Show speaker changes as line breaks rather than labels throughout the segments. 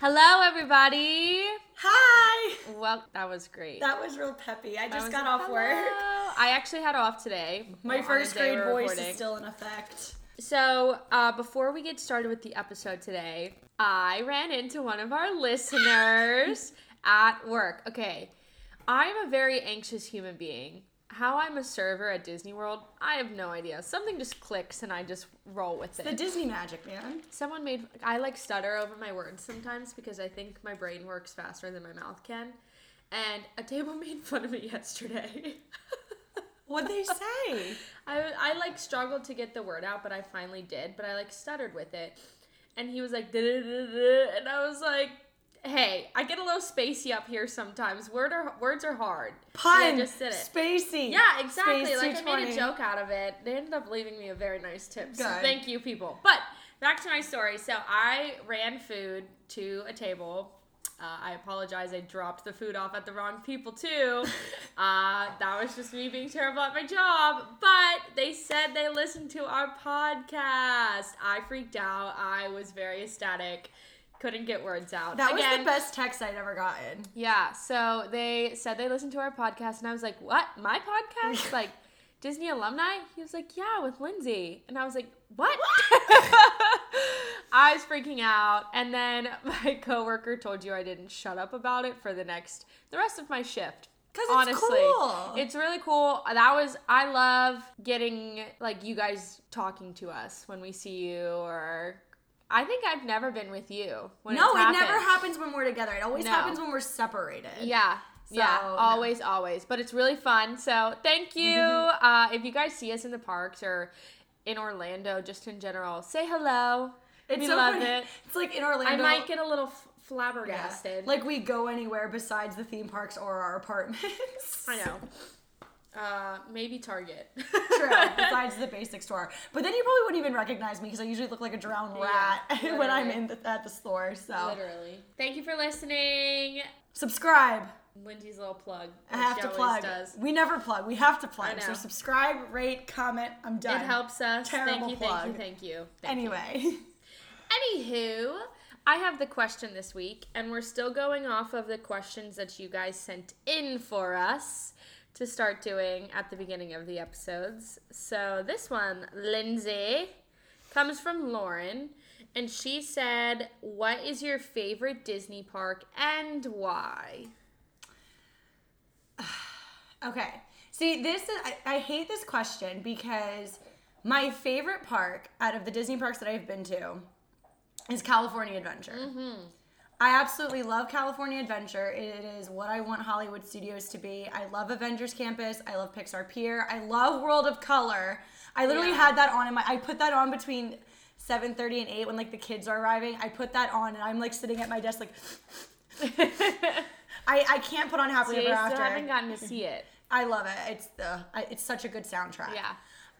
Hello, everybody.
Hi.
Well, that was great.
That was real peppy. I
That
just
was
got
a
off
hello.
work.
I actually had off today.
My
on the
first
day
grade
we're
voice
recording.
is still in effect.
So, uh, before we get started with the episode today, I ran into one of our listeners at work. Okay, I'm a very anxious human being. How I'm a server at Disney World, I have no idea. Something just clicks and I just roll with
The
it.
Disney magic, man.
Someone made I like stutter over my words sometimes because I think my brain works faster than my mouth can. And a table made fun of me yesterday.
What'd they say?
I, I like struggled to get the word out, but I finally did. But I like stuttered with it, and he was like, "Duh-duh-duh-duh," and I was like, "Hey, I get a little spacey up here sometimes. Word are words are hard."
Pun.
And I just did it.
Spacey.
Yeah, exactly.
Space
like I made
220.
a joke out of it. They ended up leaving me a very nice tip. So
Good.
thank you, people. But back to my story. So I ran food to a table. Uh, I apologize. I dropped the food off at the wrong people too. uh, that was just me being terrible at my job. But they said they listened to our podcast. I freaked out. I was very ecstatic. Couldn't get words out.
That was
Again,
the best text I'd ever gotten.
yeah, so they said they listened to our podcast, and I was like, "What? My podcast? like Disney alumni?" He was like, "Yeah, with Lindsay," and I was like, "What?" I was freaking out, and then my coworker told you I didn't shut up about it for the next the rest of my shift.
'Cause it's
Honestly,
cool.
it's really cool. That was I love getting like you guys talking to us when we see you, or I think I've never been with you. When
no,
it's
it never
happened.
happens when we're together. It always
No.
happens when we're separated.
Yeah. yeah,
So, no.
always, always. But it's really fun. So thank you. uh, if you guys see us in the parks or in Orlando, just in general, say hello.
It's
we
so
love
funny.
it.
It's like in Orlando.
I might get a little f-
Yeah.
flabbergasted.
Like we go anywhere besides the theme parks or our apartments.
I know. Uh, maybe Target.
True. Besides the basic store, but then you probably wouldn't even recognize me because I usually look like a drowned
Yeah,
rat when I'm
literally.
in the, at the store. So
Literally. Thank you for listening.
subscribe.
Lindsay's little plug.
I
which
have
she
to
always
plug.
Does.
We never plug. We have to plug.
know.
So subscribe, rate, comment. I'm
It
done.
helps us.
Terrible
thank you,
plug.
thank you, thank you. Thank you.
Anyway,
Anywho, I have the question this week, and we're still going off of the questions that you guys sent in for us to start doing at the beginning of the episodes. So this one, Lindsay, comes from Lauren, and she said, What is your favorite Disney park and why?
okay. See, this is I, I hate this question because my favorite park out of the Disney parks that I've been to is California Adventure.
Mm-hmm.
I absolutely love California Adventure. It is what I want Hollywood Studios to be. I love Avengers Campus. I love Pixar Pier. I love World of Color. I literally
Yeah.
had that on in my. I put that on between. 7:30 and 8 when like the kids are arriving. I put that on and I'm like sitting at my desk like I, I can't put on Happily
So you
Ever
still haven't
After.
gotten to see it.
I love it. It's the I, it's such a good soundtrack.
Yeah.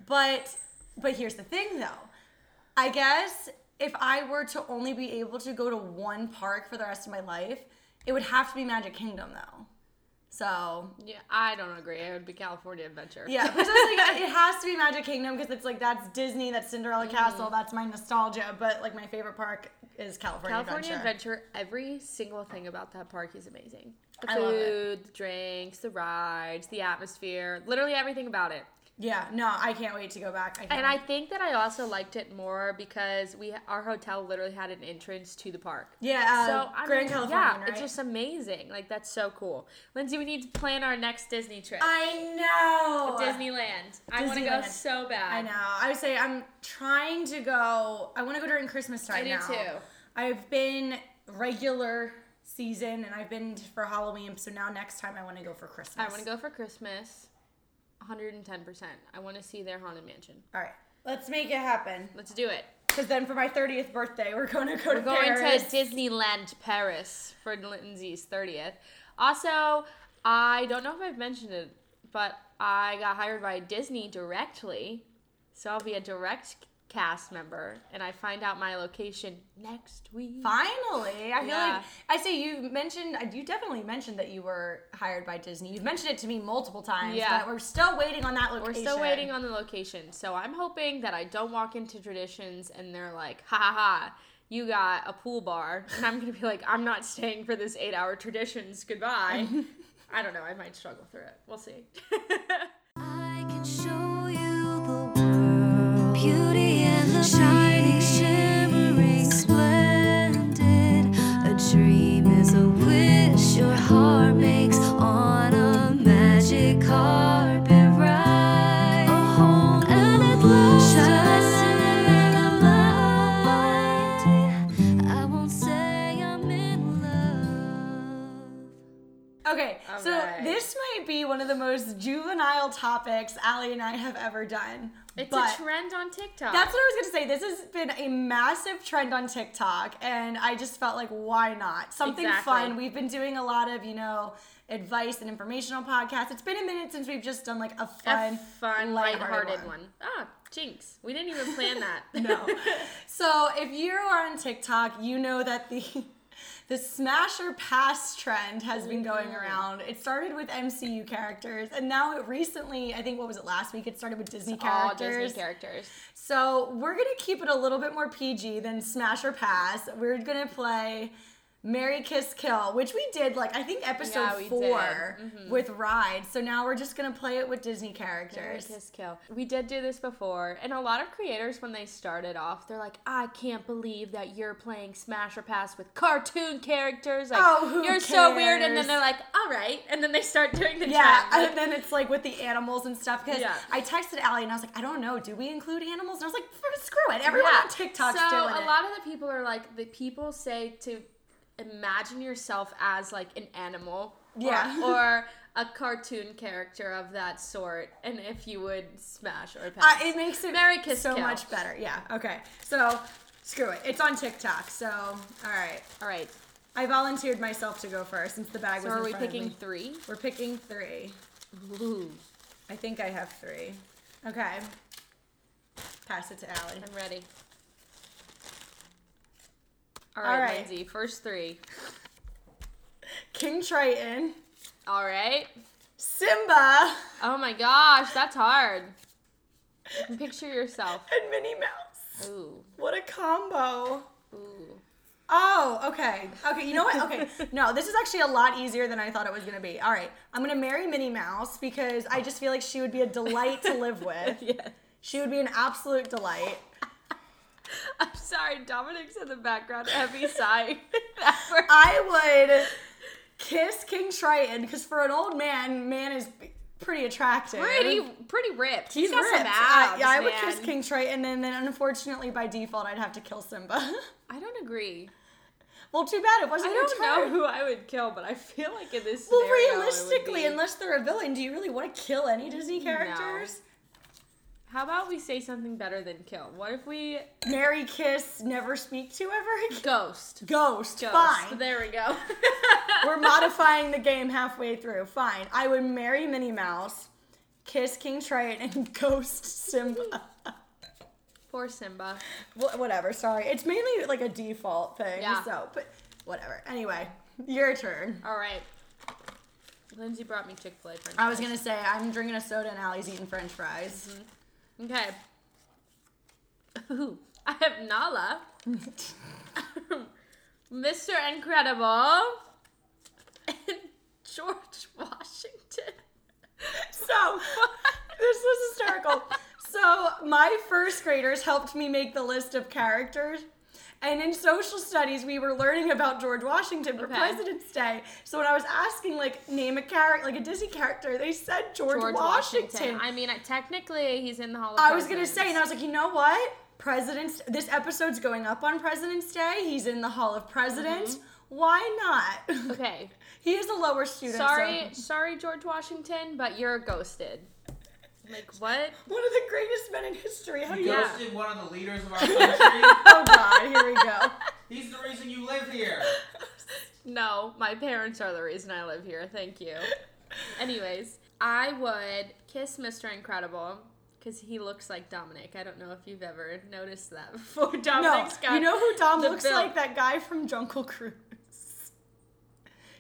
But but here's the thing though. I guess if I were to only be able to go to one park for the rest of my life, it would have to be Magic Kingdom though. So
Yeah, I don't agree. It would be California Adventure.
yeah, but just like it has to be Magic Kingdom because it's like that's Disney, that's Cinderella
Mm.
Castle, that's my nostalgia. But like my favorite park is California,
California
Adventure.
Adventure. every single thing about that park is amazing. The
I love it.
food, the drinks, the rides, the atmosphere, literally everything about it.
Yeah, no, I can't wait to go back. I can't
And I think that I also liked it more because we our hotel literally had an entrance to the park.
yeah, uh, Grand
mean,
California,
yeah,
right?
it's just amazing. Like that's so cool. Lindsay, we need to plan our next Disney trip.
I know.
Disneyland. I want to go
Disneyland.
so bad.
I know. I would say I'm trying to go. I want to go during Christmas time
do
now.
too.
I've been regular season and I've been for Halloween, so now next time I want to go for Christmas.
I want to go for Christmas. 110%. I want to see their haunted mansion.
All right, let's make it happen.
Let's do it.
Because then for my 30th birthday, we're going to go to
Going
Paris.
to Disneyland Paris for Lindsay's 30th. Also, I don't know if I've mentioned it, but I got hired by Disney directly. So I'll be a direct cast member and I find out my location next week.
Finally, I feel
Yeah.
like I say you mentioned uh, you definitely mentioned that you were hired by Disney. You've mentioned it to me multiple times.
Yeah.
but we're still waiting on that
We're
location.
still waiting on the location. So I'm hoping that I don't walk into traditions and they're like, ha ha ha, you got a pool bar, and I'm gonna be like, I'm not staying for this eight hour traditions. Goodbye. I don't know. I might struggle through it. We'll see.
I can show you the world. Beauty and the shining, shimmering, splendid. A dream is a wish your heart makes on a magic carpet ride. A home and it looks light. I won't say I'm in love.
Okay, so
right.
this might be one of the most juvenile topics Allie and I have ever done.
It's
but
a trend on TikTok.
That's what I was gonna say. This has been a massive trend on TikTok, and I just felt like, why not? Something
Exactly.
fun. We've been doing a lot of, you know, advice and informational podcasts. It's been a minute since we've just done like a fun,
a fun,
lighthearted
lighthearted one. Ah, jinx. We didn't even plan that.
No. so if you are on TikTok, you know that the the smasher pass trend has been going
Mm-hmm.
around. It started with MCU characters, and now it recently, I think what was it last week? It started with Disney
All
characters.
Disney characters.
So we're gonna keep it a little bit more PG than smash or pass. We're gonna play. Mary Kiss Kill, which we did like I think episode
Yeah, we did. Mm-hmm.
4 with Ride. So now we're just going to play it with Disney characters.
Kiss kill. We did do this before, and a lot of creators when they started off, they're like, "I can't believe that you're playing Smash or Pass with cartoon characters. Like,
Oh, who
you're so weird." And
cares?
then they're like, "All right," and then they start doing the
Yeah,
trend.
and then it's like with the animals and stuff. Because
Yeah.
I texted Allie and I was like, I don't know, do we include animals? And I was like, "F- screw it, everyone on TikTok's
so
doing
a
it.
lot of the people are like the people say to imagine yourself as like an animal or-
Yeah.
or, a cartoon character of that sort and if you would smash or
Uh,
pass
it makes it
Mary Kiss
so
Kill.
much better. Yeah. Okay. So screw it, it's on TikTok. So all right,
all right
I volunteered myself to go first since the bag
so
was.
are
in
we
front of
picking
me.
three
We're picking three.
Ooh,
I think I have three. Okay. Pass it to Allie.
i'm ready all
All
right,
right.
lindsay first three
King Triton,
all right
Simba,
oh my gosh that's hard picture yourself
and Minnie Mouse.
ooh
What a combo.
ooh
Oh, okay. Okay, you know what? Okay. No, this is actually a lot easier than I thought it was going to be. All right. I'm going to marry Minnie Mouse because I just feel like she would be a delight to live with.
yeah
She would be an absolute delight.
I'm sorry, Dominic's in the background, heavy sighing. That word-
I would kiss King Triton because for an old man, man is pretty attractive.
pretty, pretty ripped.
He's
got
ripped.
some abs.
I, yeah, I would
man.
kiss King Triton, and then unfortunately, by default, I'd have to kill Simba.
I don't agree.
well, too bad it wasn't
I
your
don't
turn.
know who I would kill, but I feel like in this
Well,
scenario, it would
realistically,
be-
unless they're a villain, do you really want to kill any Disney characters?
how about we say something better than kill? What if we
Marry, kiss, never speak to ever again.
ghost?
Ghost,
Ghost.
fine.
There we go.
We're modifying the game halfway through. Fine. I would marry Minnie Mouse, kiss King Triton, and ghost Simba.
Poor Simba.
Wh- whatever. Sorry, it's mainly like a default thing.
Yeah.
So, but whatever. Anyway, your turn.
All right. Lindsay brought me Chick Fil A.
I was gonna say I'm drinking a soda and Allie's eating French fries.
Okay. Ooh, I have Nala.
Mm-hmm.
Mr. Incredible. And George Washington.
So this was hysterical. so my first graders helped me make the list of characters. And in social studies, we were learning about George Washington for
Okay.
President's Day. So when I was asking, like, name a character, like a Disney character, they said George,
George
Washington.
Washington. I mean, I, technically, he's in the Hall of
I was gonna
Presidents.
say, and I was like, you know what? President's this episode's going up on President's Day. He's in the Hall of Presidents.
Mm-hmm.
Why not?
Okay.
he is a lower student. so-
Sorry, sorry, George Washington, but you're ghosted. Like, what?
one of the greatest men in history. How do you?
Yeah.
Ghosted one of the leaders of our country.
Oh God, here we go.
He's the reason you live here.
No, my parents are the reason I live here. Thank you. Anyways, I would kiss Mr. Incredible because he looks like Dominic. I don't know if you've ever noticed that before.
No,
Dominic's got
you know who Dom
the
looks
bill.
like? That guy from Jungle Cruise.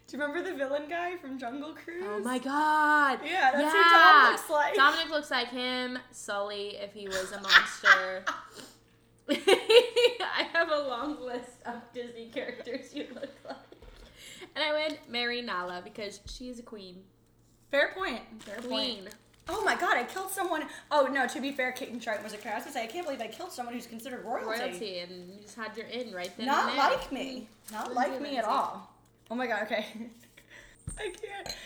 Do you remember the villain guy from Jungle Cruise?
Oh my god!
Yeah, that's who Dom looks like.
Dominic looks like him. Sully, if he was a monster. I have a long list of Disney characters you look like. And I went Mary Nala because she is a queen.
Fair point. Fair
Queen.
Oh my god, I killed someone. Oh no, to be fair, Kate and Triton was a character. I was gonna say, I can't believe I killed someone who's considered royalty.
Royalty and you just had your in right then.
Not
and there.
like me. Not like me at all. Oh my god, okay. I can't.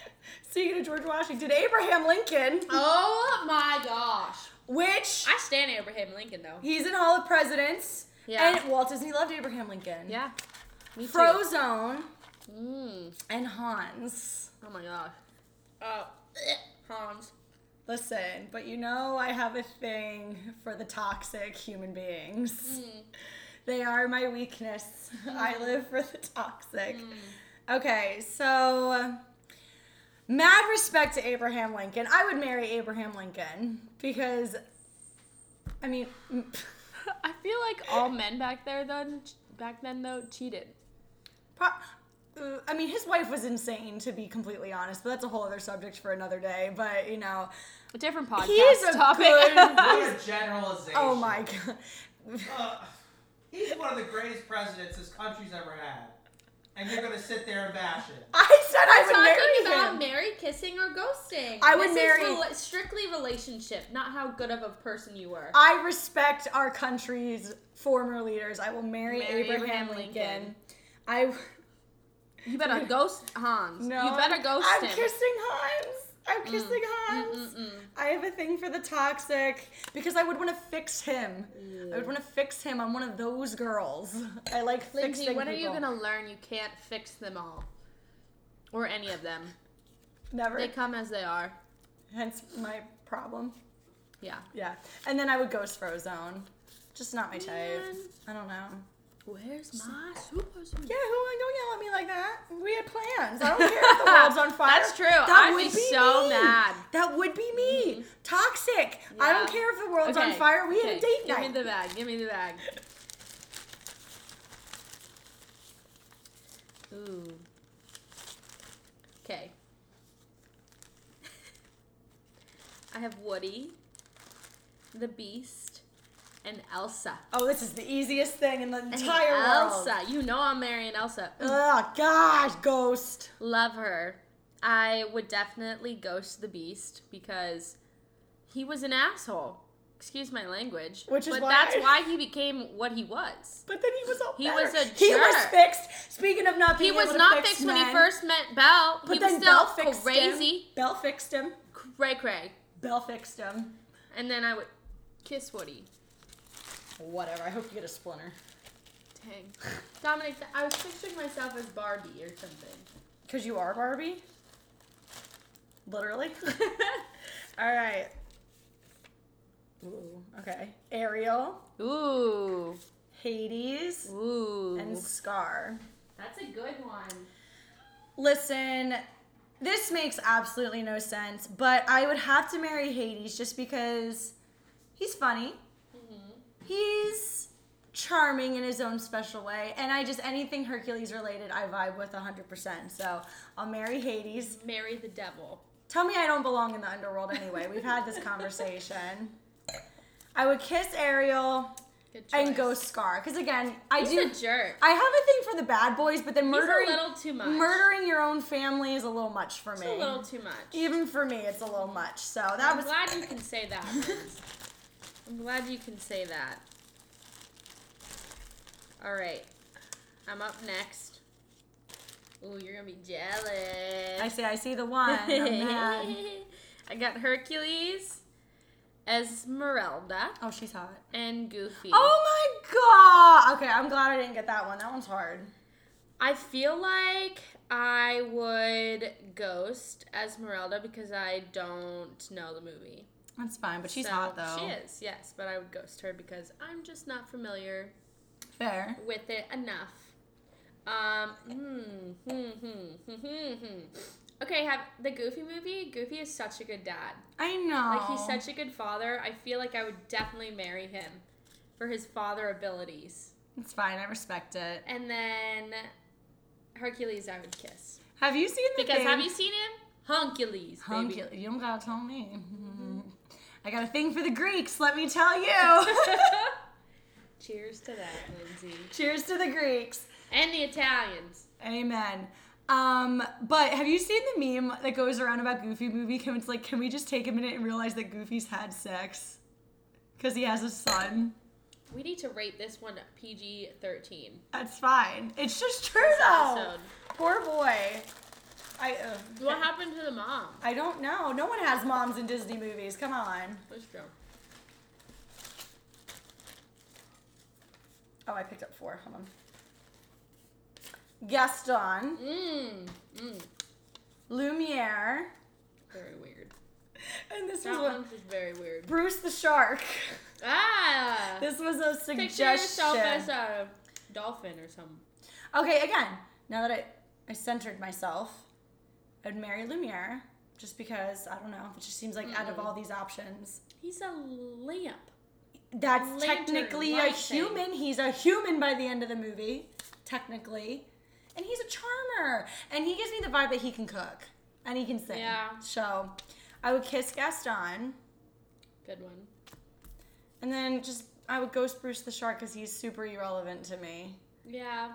Speaking of George Washington, Abraham Lincoln,
Oh my gosh.
which
I stand Abraham Lincoln though.
he's in Hall of Presidents.
Yeah.
And Walt Disney loved Abraham Lincoln.
Yeah. Me too.
Frozone
Mm.
and Hans.
Oh my gosh. Oh, Hans.
Listen, but you know I have a thing for the toxic human beings.
Hmm.
They are my weakness. I live for the toxic.
Hmm.
Okay, so mad respect to Abraham Lincoln. I would marry Abraham Lincoln because, I mean,
I feel like all men back there then back then though cheated.
pro- uh, I mean, his wife was insane to be completely honest, but that's a whole other subject for another day. But you know,
A different podcast
he's a
topic.
good.
What a generalization.
oh my god.
Ugh. he's one of the greatest presidents this country's ever had. And you're gonna sit there and bash it.
I said I would
talking
marry
about
him.
marry, kissing, or ghosting.
I would
This is
marry-
rela- strictly relationship, not how good of a person you were.
I respect our country's former leaders. I will marry,
Marry Abraham
Abraham, Lincoln.
Lincoln.
I
You better ghost Hans.
no.
you better ghost
I'm
him. Mm,
kissing Hans. I'm kissing Hans. I have a thing for the toxic because I would want to fix him. I would want to fix him. I'm one of those girls. I like
Lindsay,
fixing
when are you
people.
gonna learn you can't fix them all, or any of them?
never?
They come as they are.
Hence my problem.
Yeah.
Yeah, and then I would ghost Frozone. Just not my type.
Man.
I don't know.
Where's my super? super-
Yeah, who don't yell at me like that? We had plans. I don't care if the world's on fire.
That's true. I'd be so mad. Mm-hmm.
That would be me. Toxic. I don't
Yeah.
care if the world's on
Okay,
fire. We had
okay,
a date
give
night.
me the bag. Give me the bag. Ooh. Okay. I have Woody, the Beast, and Elsa.
oh, this is the easiest thing in the
And
entire world.
Elsa. You know I'm marrying Elsa.
Oh gosh, ghost.
Love her. I would definitely ghost the Beast because he was an asshole. Excuse my language.
Which is
but
why-
that's why he became what he was.
But then he was all
He
better.
was a
He was
jerk.
fixed. Speaking of not
He
being
was
able to
not
fix
fixed when he
men,
first met Belle.
But
he was
then
still
Bell fixed him.
crazy.
Bell fixed him.
Cray cray.
Bell fixed him.
And then I would kiss Woody.
Whatever. I hope you get a splinter.
Dang. Dominic, th- I was picturing myself as Barbie or something.
Because you are Barbie? Literally. All right. Ooh, okay. Ariel,
Ooh.
Hades,
Ooh.
and Scar.
That's a good one.
Listen, this makes absolutely no sense, but I would have to marry Hades just because he's funny. He's charming in his own special way, and I just anything Hercules related, I vibe with 100%. So I'll marry Hades.
Marry the devil.
Tell me I don't belong in the underworld anyway. We've had this conversation. I would kiss Ariel
Good choice.
and ghost Scar because again, I
He's
do.
a jerk.
I have a thing for the bad boys, but then
He's a
murdering
little too much.
murdering your own family is a little much for me.
It's a little too much.
Even for me, it's a little much. So that
I'm
was
glad you can say that. Liz. I'm glad you can say that. All right, I'm up next. Ooh, you're gonna be jealous.
I see. I see the one. I'm mad.
I got Hercules, Esmeralda,
Oh, she's hot.
and Goofy.
Oh my god. Okay, I'm glad I didn't get that one. That one's hard.
I feel like I would ghost Esmeralda because I don't know the movie.
That's fine, but she's
So-
hot though.
She is, yes, but I would ghost her because I'm just not familiar
Fair.
with it enough. Um, hmm, hmm, hmm, hmm, hmm, hmm. Okay, have the Goofy movie. Goofy is such a good dad.
I know.
Like he's such a good father. I feel like I would definitely marry him for his father abilities.
It's fine. I respect it.
And then Hercules, I would kiss
Have you seen the
because
thing?
have you seen him? Hercules, baby.
Hunky- you don't gotta tell Mm-hmm. me. I got a thing for the Greeks, let me tell you.
Cheers to that, Lindsay.
Cheers to the Greeks.
And the Italians.
Amen. Um, but have you seen the meme that goes around about Goofy movie? Can it's like, can we just take a minute and realize that Goofy's had sex? Because he has a son.
We need to rate this one PG 13.
That's fine. It's just true though.
episode.
Poor boy. I uh,
What happened to the mom?
I don't know. No one has moms in Disney movies. Come on.
Let's go.
Oh, I picked up four. Hold on. Gaston,
Mmm. Mmm.
Lumiere,
Very weird.
and this was
That
one.
one's just very weird.
Bruce the shark.
Ah!
This was a
Picture yourself as
suggestion.
a dolphin or something.
Okay, again, now that I, I centered myself, I'd marry Lumiere just because I don't know. It just seems like out of all these options,
He's a lamp.
that's
Lantern,
technically a
light thing.
human. He's a human by the end of the movie, technically, and he's a charmer. And he gives me the vibe that he can cook and he can sing.
Yeah.
So, I would kiss Gaston,
Good one.
and then just I would ghost Bruce the shark because he's super irrelevant to me.
Yeah.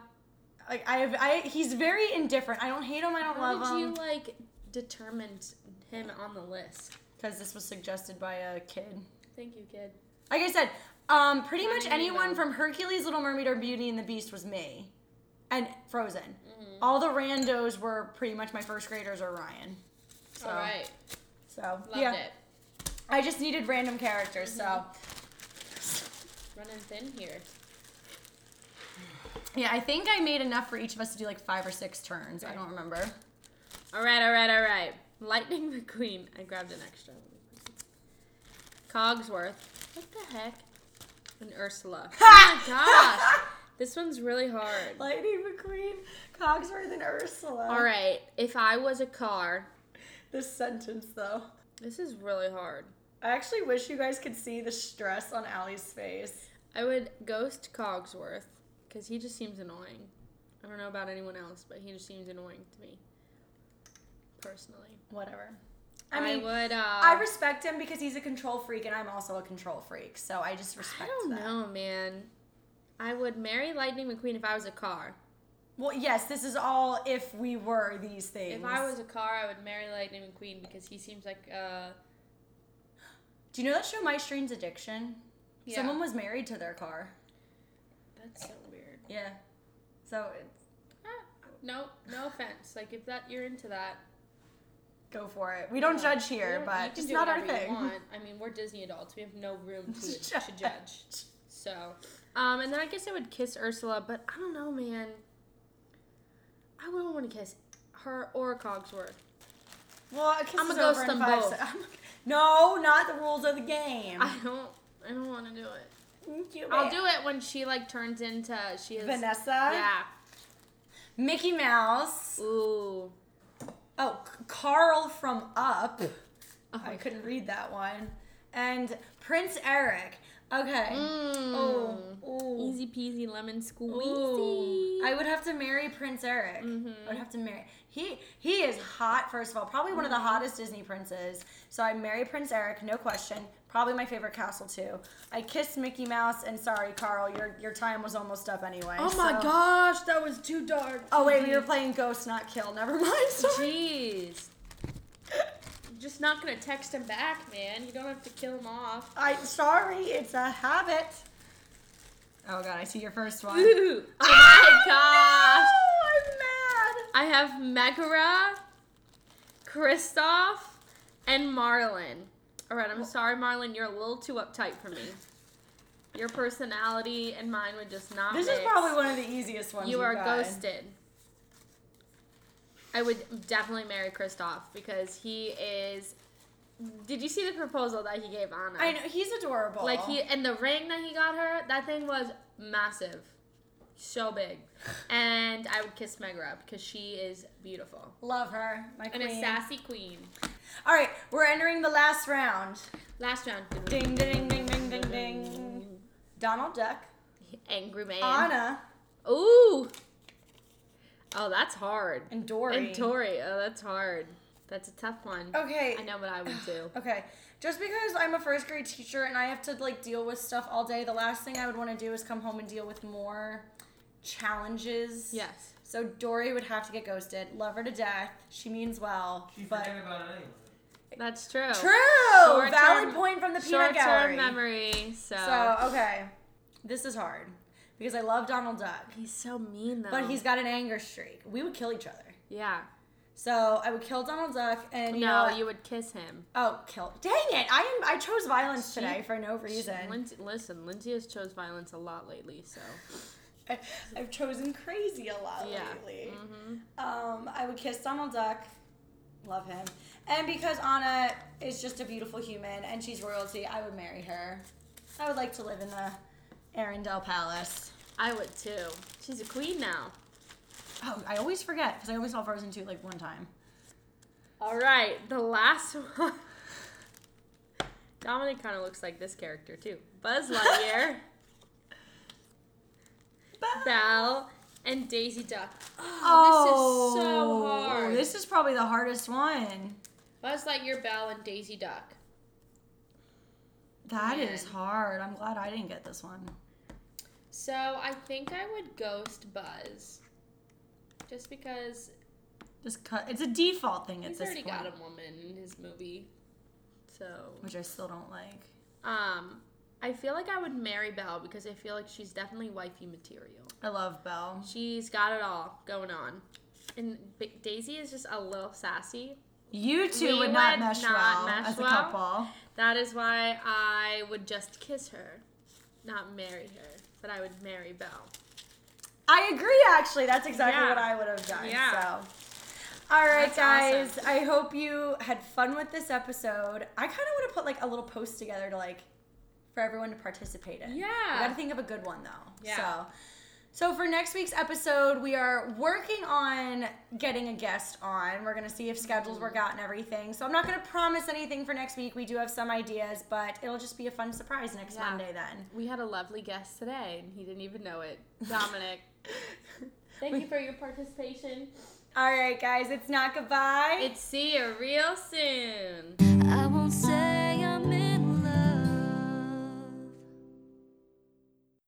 Like I have, I he's very indifferent. I don't hate him. I don't
How
love
did
him.
you like determine um, him on the list?
because this was suggested by a kid.
Thank you, kid.
Like I said, um, pretty
Not
much
an
anyone
emo.
from Hercules, Little Mermaid, or Beauty and the Beast was me, and Frozen.
Mm-hmm.
All the randos were pretty much my first graders or Ryan. So,
All right.
so
Loved
yeah,
it. Mm-hmm.
I just needed random characters.
Running thin here.
So yeah, I think I made enough for each of us to do like five or six turns. I don't remember.
All right, all right, all right. Lightning McQueen. I grabbed an extra. Cogsworth. What the heck? And Ursula. Oh my gosh. This one's really hard.
Lightning McQueen, Cogsworth, and Ursula.
All right. If I was a car,
This sentence though.
this is really hard.
I actually wish you guys could see the stress on Allie's face.
I would ghost Cogsworth because he just seems annoying. I don't know about anyone else, but he just seems annoying to me personally.
Whatever.
I, would. Uh,
I respect him because he's a control freak and I'm also a control freak. So I just
I
respect
don't
that.
know, man. I would marry Lightning McQueen if I was a car.
Well, yes, this is all if we were these things.
If I was a car, I would marry Lightning McQueen because he seems like uh
Do you know that show My Strange Addiction?
Yeah.
Someone was married to their car.
that's so weird.
Yeah. So it's,
Ah, no, no offense. Like if that you're into that,
go for it. We don't judge
you
here,
don't- you
but
can
it's
do
not our
whatever you
thing.
want. I mean, we're Disney adults. We have no room to,
Judge.
to judge. So, um, and then I guess I would kiss Ursula, but I don't know, man. I wouldn't want to kiss her or Cogsworth.
Well, a kiss
I'ma
is
ghost
over in
them
five
both.
se- no, not the rules of the game.
I don't. I don't want to do it.
You
I'll
it.
do it when she like turns into she is
Vanessa.
Yeah.
Mickey Mouse.
Ooh.
Oh, C- Carl from Up.
Oh,
I couldn't read that one. And Prince Eric. Okay.
Mm.
Oh, ooh.
Easy peasy lemon squeezy.
Ooh. I would have to marry Prince Eric.
Mm-hmm.
I would have to marry. He he is hot. First of all, probably one of the
Mm-hmm.
hottest Disney princes. So I marry Prince Eric, no question. Probably my favorite castle too. I kissed Mickey Mouse, and sorry, Carl, your your time was almost up anyway.
Oh my
so-
gosh, that was too dark.
Oh wait, we were playing Ghost, not Kill. Never mind. Sorry.
Jeez. I'm just not gonna text him back, man. You don't have to kill him off.
I sorry, it's a habit. Oh god, I see your first one.
Ooh. Oh my gosh.
Oh,
I have Megara, Kristoff, and Marlon. All right, I'm sorry, Marlon. You're a little too uptight for me. Your personality and mine would just not.
I'm mad. This is
mix.
probably one of the easiest ones.
You are
got.
ghosted. I would definitely marry Kristoff because he is. Did you see the proposal that he gave Anna?
I know he's adorable.
Like he and the ring that he got her, that thing was massive, so big. And I would kiss Megra because she is beautiful
love her, my
and
queen.
a sassy queen.
All right, we're entering the last round.
Last round,
Ding ding ding ding ding ding. Donald Duck,
angry man.
Anna,
Ooh. Oh, that's hard.
and Dory.
And Tori. Oh, that's hard. That's a tough one.
Okay.
I know what I would do.
Okay. Just because I'm a first grade teacher and I have to like deal with stuff all day, the last thing I would want to do is come home and deal with more challenges.
Yes.
So Dory would have to get ghosted. Love her to death. She means well.
She
but
forget about it anyway.
That's true.
True.
Short-term-
Valid point from the peanut
Short-term
gallery.
memory. So.
So okay, this is hard because I love Donald Duck,
he's so mean though.
but he's got an anger streak. We would kill each other.
yeah.
So I would kill Donald Duck, and you know
no,
what?
you would kiss him.
oh kill. Dang it! I am, I chose violence today for no reason.
Lindsay, listen, Lindsay has chose violence a lot lately, so
I, I've chosen crazy a lot
yeah.
lately.
hmm
Um, I would kiss Donald Duck. Love him. And because Anna is just a beautiful human and she's royalty, I would marry her. I would like to live in the Arendelle Palace.
I would too. She's a queen now.
Oh, I always forget because I only saw Frozen 2 like one time.
All right, the last one. Dominic kind of looks like this character too. Buzz Lightyear, Belle, and Daisy Duck. Oh, this is so hard.
This is probably the hardest one.
Buzz Lightyear, Belle, and Daisy Duck.
That is
Man.
hard. I'm glad I didn't get this one.
So I think I would ghost Buzz, just because
Just cut. It's a default thing at
he's
this
already
point,
got a woman in his movie. So
which I still don't like.
Um, I feel like I would marry Belle because I feel like she's definitely wifey material.
I love Belle.
She's got it all going on, and B- Daisy is just a little sassy.
You two
We
would not
would
mesh
not
well
mesh
as a
well.
couple.
That is why I would just kiss her, not marry her. But I would marry Belle.
I agree. Actually, that's exactly
Yeah.
what I would have done.
Yeah.
So. All right,
That's
guys.
awesome.
I hope you had fun with this episode. I kind of want to put like a little post together to like for everyone to participate in. We
Yeah.
gotta think of a good one though.
Yeah.
So, so for next week's episode, we are working on getting a guest on. We're gonna see if schedules work out and everything. So I'm not gonna promise anything for next week. We do have some ideas, but it'll just be a fun surprise next
Yeah.
Monday then.
We had a lovely guest today, and he didn't even know it. Dominic, thank you for your participation.
All right, guys. It's not goodbye.
It's see you real soon.
I won't say